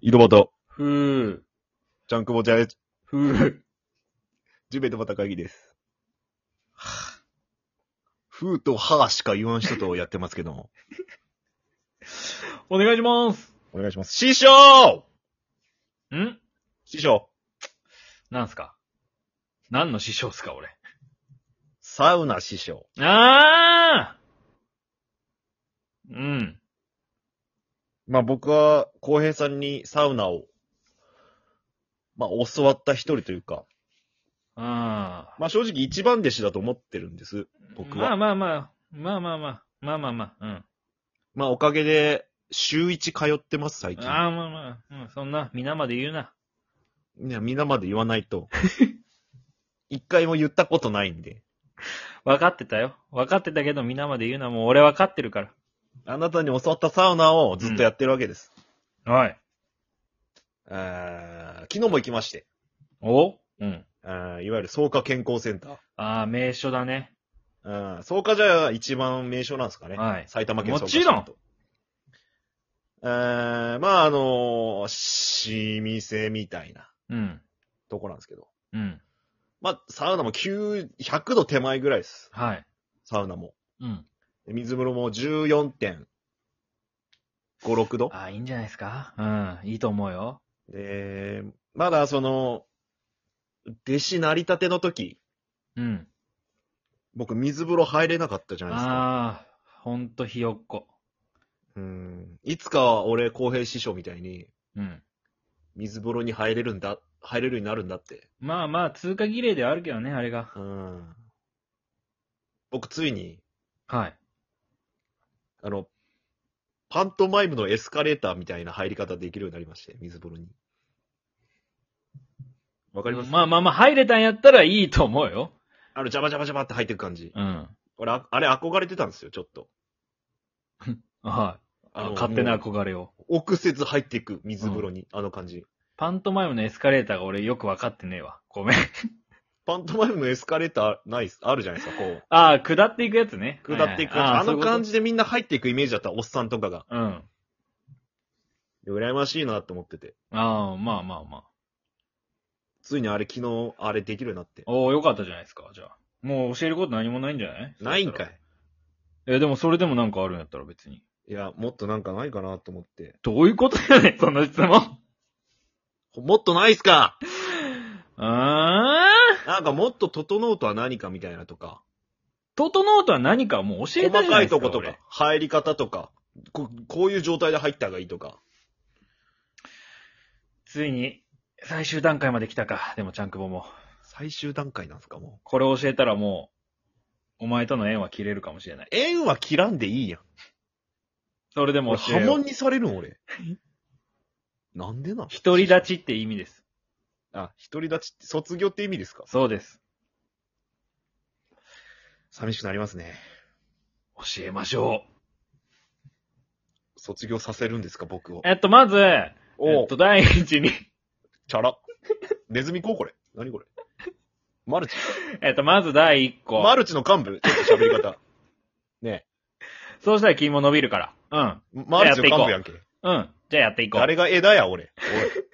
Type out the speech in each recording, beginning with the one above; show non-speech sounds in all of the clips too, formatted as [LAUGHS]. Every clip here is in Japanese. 井戸端、ふう、ちゃんくぼちゃん、ふう、ジベトバ高木です。ふーとはーしか言わん人とやってますけども。お願いします。お願いします。師匠ん師匠なんすか何の師匠っすか、俺。サウナ師匠。あーうん。まあ僕は、浩平さんにサウナを、まあ教わった一人というか、あまあ正直一番弟子だと思ってるんです。ー僕まあは。まあまあ、まあまあまあ、まあまあまあ、うん。まあおかげで、週一通ってます、最近。ああ、まあまあ、うん、そんな、皆まで言うな。いや、皆まで言わない [LAUGHS] と。一回も言ったことないんで。分かってたよ。分かってたけど、皆まで言うな。もう俺分かってるから。あなたに教わったサウナをずっとやってるわけです。はい。あー昨日も行きまして。おうん。あーいわゆる草加健康センターああ、名所だね。あー。草加じゃ一番名所なんですかね。はい埼玉県も草加ちろん市と。あーまあ、あのー、老舗みたいなうん。とこなんですけど。うん。まあ、サウナも9、100度手前ぐらいです。はい。サウナも。うん。で水風呂も14.56度。ああ、いいんじゃないですかうん。いいと思うよ。で、まだその、弟子なりたての時、うん。僕水風呂入れなかったじゃないですか。ああ、ほんとひよっこ。うんいつかは俺、公平師匠みたいに、うん。水風呂に入れるんだ、入れるようになるんだって。まあまあ、通過儀礼ではあるけどね、あれが。うん。僕、ついに、はい。あの、パントマイムのエスカレーターみたいな入り方できるようになりまして、水風呂に。わかります、まあまあまあ、入れたんやったらいいと思うよ。あの、ジャバジャバジャバって入ってく感じ。うん。俺、ああれ憧れてたんですよ、ちょっと。はい。あの、勝手なもう憧れを。臆せず入っていく、水風呂に、あの感じ。パントマイムのエスカレーターが俺よくわかってねえわ。 [LAUGHS] ごめん。パントマイムのエスカレーター、ないっす、あるじゃないですか、こう。ああ、下っていくやつね。下っていく感じ。はいはいあの感。ーじでみんな入っていくイメージだった、おっさんとかが。そういうことうん。羨ましいなと思ってて。ああ、まあまあまあ。ついにあれ昨日、あれできるようになって。おお、よかったじゃないですか、じゃあ。もう教えること何もないんじゃないないんかい。え、でもそれでもなんかあるんやったら別に。いや、もっとなんかないかなと思って。どういうことやねん、その質 [LAUGHS] 問。もっとないっすか [LAUGHS] ああ。なんかもっと整うとは何かみたいなとか。整うとは何かもう教え細たじかゃないいですか。とことか俺。入り方とかこ。こういう状態で入った方がいいとか。ついに、最終段階まで来たか。でも、ちゃんくぼも。最終段階なんですか、もう。これを教えたらもう、お前との縁は切れるかもしれない。縁は切らんでいいやん。それでも俺、教え波よう紋にされるん、俺。なんでな独り立ちって意味です。あ、独り立ちって、卒業って意味ですかそうです。寂しくなりますね。教えましょ卒業させるんですか、僕をう。。えっと、まず、えおっと、第一に、 [LAUGHS] チャラ。ネズミこうこれ。何これ。マルチ。えっと、まず第一個。マルチの幹部。ちょっと喋り [LAUGHS] 方。ねそうしたら君も伸びるから。え。マルチの幹部やんけ。うん。うん。じゃあやっていこう。誰が枝や、俺。おい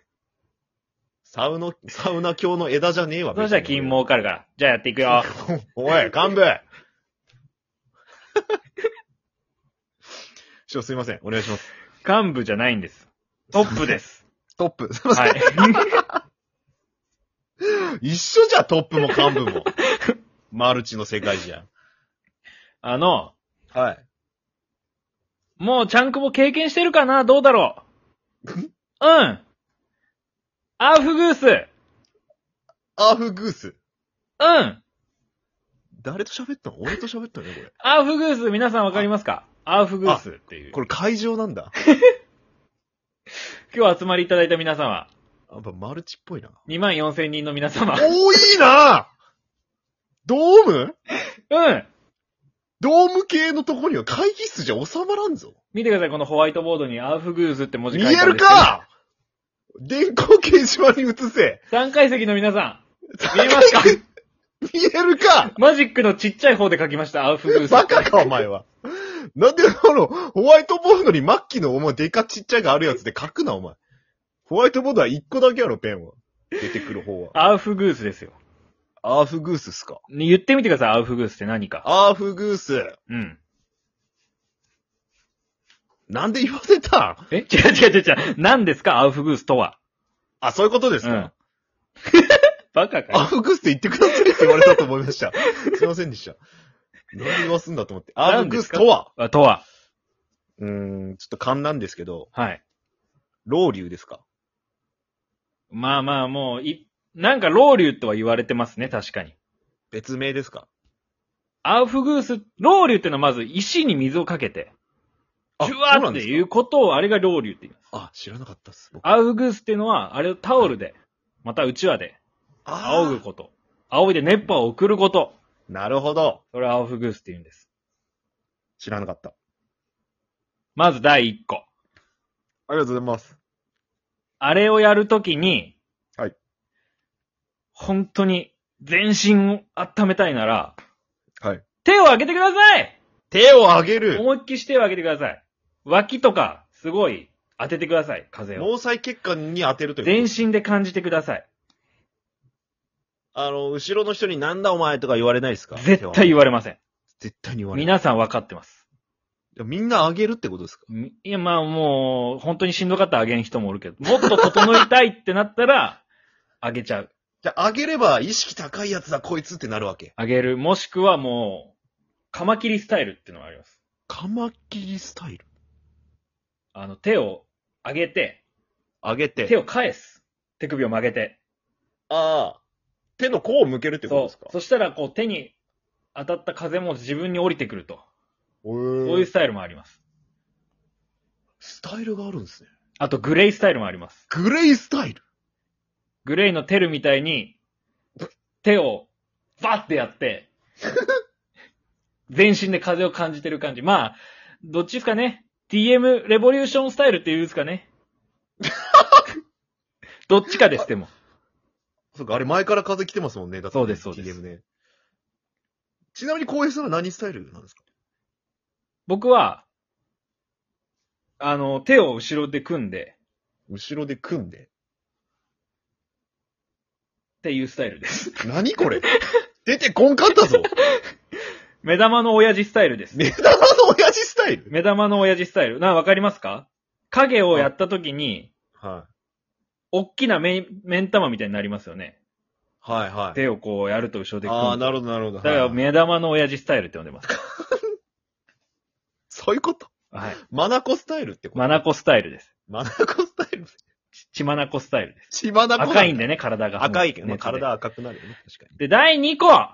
サウナ、サウナ教の枝じゃねえわ。そうしたら君儲かるから。じゃあやっていく別 [LAUGHS] よ。に。 [LAUGHS] おい、幹部。師匠すいません。お願いします。幹部じゃないんです。トップです。 [LAUGHS] トップ。すいません。はい。 [LAUGHS] [LAUGHS] 一緒じゃん、トップも幹部 [LAUGHS] も。マルチの世界じゃん。あの、はい。もうちゃんくぼ経験してるかなどうだろううん。アウフグース。アーフグース。うん。誰と喋ったの俺と喋ったのね、こ [LAUGHS] れ。アウフグース、皆さんわかりますかアウフグースっていう。これ会場なんだ。今日集まりいただいた皆様、やっぱマルチっぽいな。 2万4千人の皆様。おー、いいなドームうん。ドーム系のとこには会議室じゃ収まらんぞ。見てください、このホワイトボードにアウフグースって文字見書いてえあるんるですけどか電光掲示板に映せ。三階席の皆さん、見えますか見えるかマジックのちっちゃい方で書きました、アウフグース。バカか、お前は。なんで、あの、ホワイトボードにマッキーのお前、でかちっちゃいがあるやつで書くな、お前。ホワイトボードは1個だけやろ、ペンは。出てくる方は。アウフグースですよ。アーフグースっすか。ね言ってみてください、アウフグースって何か。アーフグース。うん。なんで言わせたんえ違う違う違う違う。何ですか、アウフグースとは。あ、そういうことですうか。ん。 [LAUGHS] バカかアーよ。フグースって言ってくださいって言われたと思いま [LAUGHS] した。すいませんでした。なんで言わすんだと思って。アーフグースとはあとは。うーん、ちょっと勘なんですけど、はい。老流ですかまあまあ、もう、い、なんか、ロウリュとは言われてますね、確かに。別名ですか。アウフグース、ロウリュってのはまず石に水をかけて、ジュワーっていううことを、あれがロウリュって言います。あ、知らなかったっす。僕アウフグースっていうのは、あれをタオルで、またうちわで、あ仰ぐこと。仰いで熱波を送ること。と。なるほど。それをアウフグースって言うんです。知らなかった。まず第一個。ありがとうございます。あれをやるときに、はい。本当に、全身を温めたいなら、はい。手を挙げてください手を上げる思いっきり手を上げてください。脇とか、すごい、当ててください、風を。脳細血管に当てるということ全身で感じてください。あの、後ろの人になんだお前とか言われないですか絶対言わわれません。絶対に言われない。皆さん分かってます。みんな上げるってことですかみいや、まあもう、本当にしんどかったらあげん人もおるけど、もっと整いたいってなったら、 [LAUGHS] あげちゃう。じゃあ、上げれば意識高いやつだこいつってなるわけ。あげる。もしくはもう、カマキリスタイルっていうのがあります。カマキリスタイルあの、手を上げて、上げて。手を返す。手首を曲げて。ああ。手の甲を向けるってことそですかう。そしたら、こう、手に当たった風も自分に降りてくると。そそういうスタイルもあります。スタイルがあるんですね。あと、グレイスタイルもあります。グレイスタイルグレイのテルみたいに、手をバッてや [LAUGHS] って、全身で風を感じてる感じ。まあ、どっちですかね ?TM レボリューションスタイルって言うんです [LAUGHS] かねどっちかです、でも。そうか、あれ前から風来てますもんね。だってそうですそうです TDM ね。ちなみに浩平さんは何スタイルなんですか僕は、あの、手を後ろで組んで、後ろで組んで。っていうスタイルです。何これ [LAUGHS] 出てこんか [LAUGHS] ったぞ目玉の親父スタイルです。目玉の親父スタイル目玉の親父スタイル。な、わかりますか影をやった時に、はおっきな目、目玉みたいになりますよね。い。はいはい。手をこうやると後ろで組んで。ああ、なるほどなるほど。だからはい目玉の親父スタイルって呼んでます。そういうことはい。マナコスタイルってことマナコスタイルです。マナコスタイルち血マナコスタイルです。血マナコ赤いんでね。ね、体が。赤いけど、まあ、熱で体。赤くなるよね。確かに。で、第2個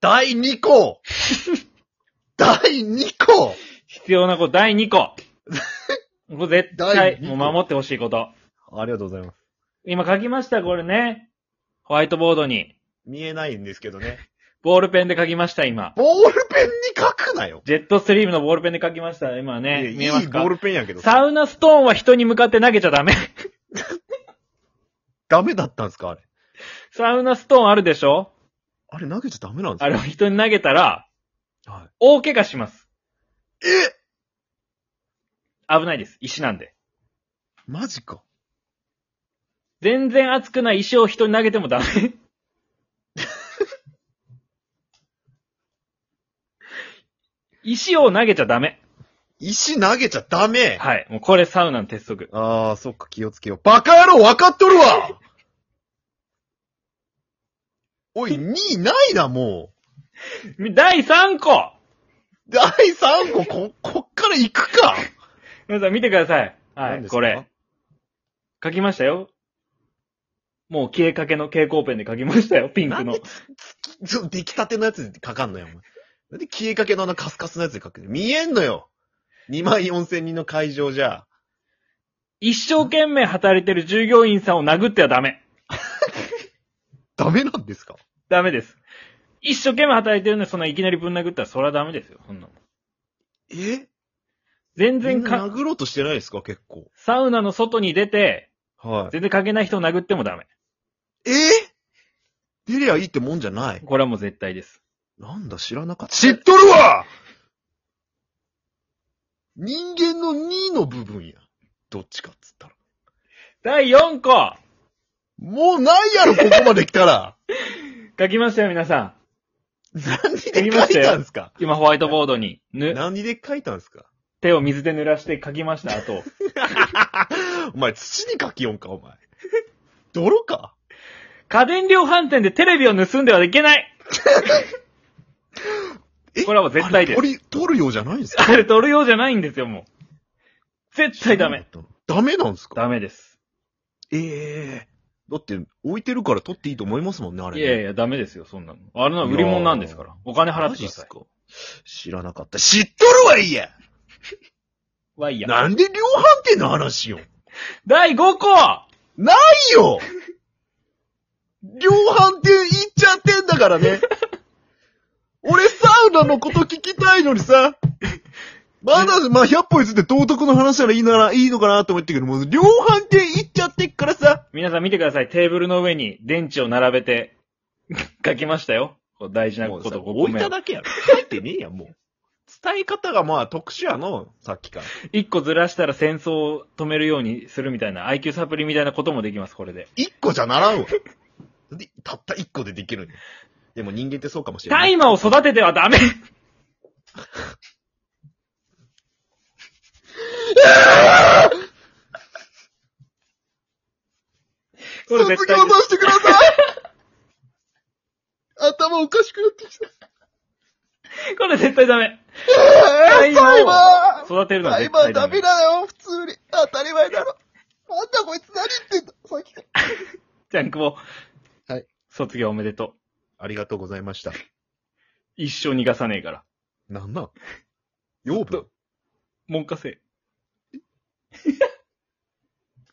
第2項 [LAUGHS] 第2項必要なこと、第2個 [LAUGHS] これ絶第対、二も個う守ってほしいこと。ありがとうございます。今書きました、これね。ホワイトボードに。見えないんですけどね。ボールペンで書きました、今。ボールペンに書くなよ。ジェットストリームのボールペンで書きました、今ね。いや見えいまいすボかールペンやけど。サウナストーンは人に向かって投げちゃダメ。ダメだったんですかあれ。サウナストーンあるでしょあれ投げちゃダメなんですかあれを人に投げたら、は大怪我します。い。え危ないです。石なんで。マジか。全然熱くない石を人に投げて [LAUGHS] もダメ。石を投げちゃダメ。石投げちゃダメ。はい。もうこれサウナの鉄則。あー、そっか、気をつけよう。バカ野郎分かっとる [LAUGHS] わおい、2位ないな、も第3個う。第3号、こ、こっから行くか。皆さん見てください。は何い、ですかこれ。。書きましたよ。もう消えかけの蛍光ペンで書きましたよ。ピンクなんので。ちょ、出来たてのやつで書かんのよ、お前。なんで消えかけのあのカスカスのやつで書くの見えんのよ !2 万4千人の会場じゃ。一生懸命働いてる従業員さんを殴ってはダメ。ダメなんですかダメです。一生懸命働いてるのにそんないきなりぶん殴ったらそれはダメですよ。そんなのえ全みん然なか、殴ろうとしてないですか結構。サウナの外に出て、は全然書けない人を殴ってもダメ。い。えー、出りゃいいってもんじゃない。これはもう絶対です。なんだ知らなかった。知っとるわ人間の2の部分や。どっちかっつったら。第4個もうないやろ、ここまで来た [LAUGHS] ら。書きましたよ、皆さ何で書いたんですかん。今ホワイトボードに、ぬ、何で書いたんですか [LAUGHS] 手を水で濡らして書きました、あと。お前、土に書きよんか、お前。 [LAUGHS] 泥か家電量販店でテレビを盗んではい [LAUGHS] けないえこれはもう絶対ですあれ取り、取るようじゃないんですかあれ取るようじゃないんですよ、もう。絶対ダメ。。ダメなんですかダメです。ええだって、置いてるから取っていいと思いますもんね、あれいね。やいや、ダメですよ、そんなの。あれのは売り物なんですから。お金払ってください。マジっすか知らなかった。知っとるわいやわいや。なんで量販店の話よ第5個いいよ量販店行っちゃってんだから [LAUGHS] ね。俺サウナのこと聞きたいのにさ。まだ、まあ、100歩譲って道徳の話ならいいなら、いいのかなと思ってるけど、もう量販店行っちゃってっからさ。皆さん見てください。テーブルの上に電池を並べて [LAUGHS] 書きましたよ。こう大事なもこうさと5個置い目たを。だけやろ。書いてねえやん、もう。伝え方がまあ特殊やの、さっきから。 1個ずらしたら戦争を止めるようにするみたいな IQ サプリみたいなこともできます、これで。一個じゃならんわ。でたった一個でできるのにでも人間ってそうかもしれない。大麻を育ててはダメこれ絶対ですしてください頭おかしくなってきた。これ絶対ダメタ大麻を育てるのは絶対ダメ。だよ、普通に。当たり前だろ。なんだこいつ何言ってんだ、さっきから。じゃんくぼ。はい。卒業おめでとう。ありがとうございました。一生逃がさねえから。なんなん養ちょっ分文科生。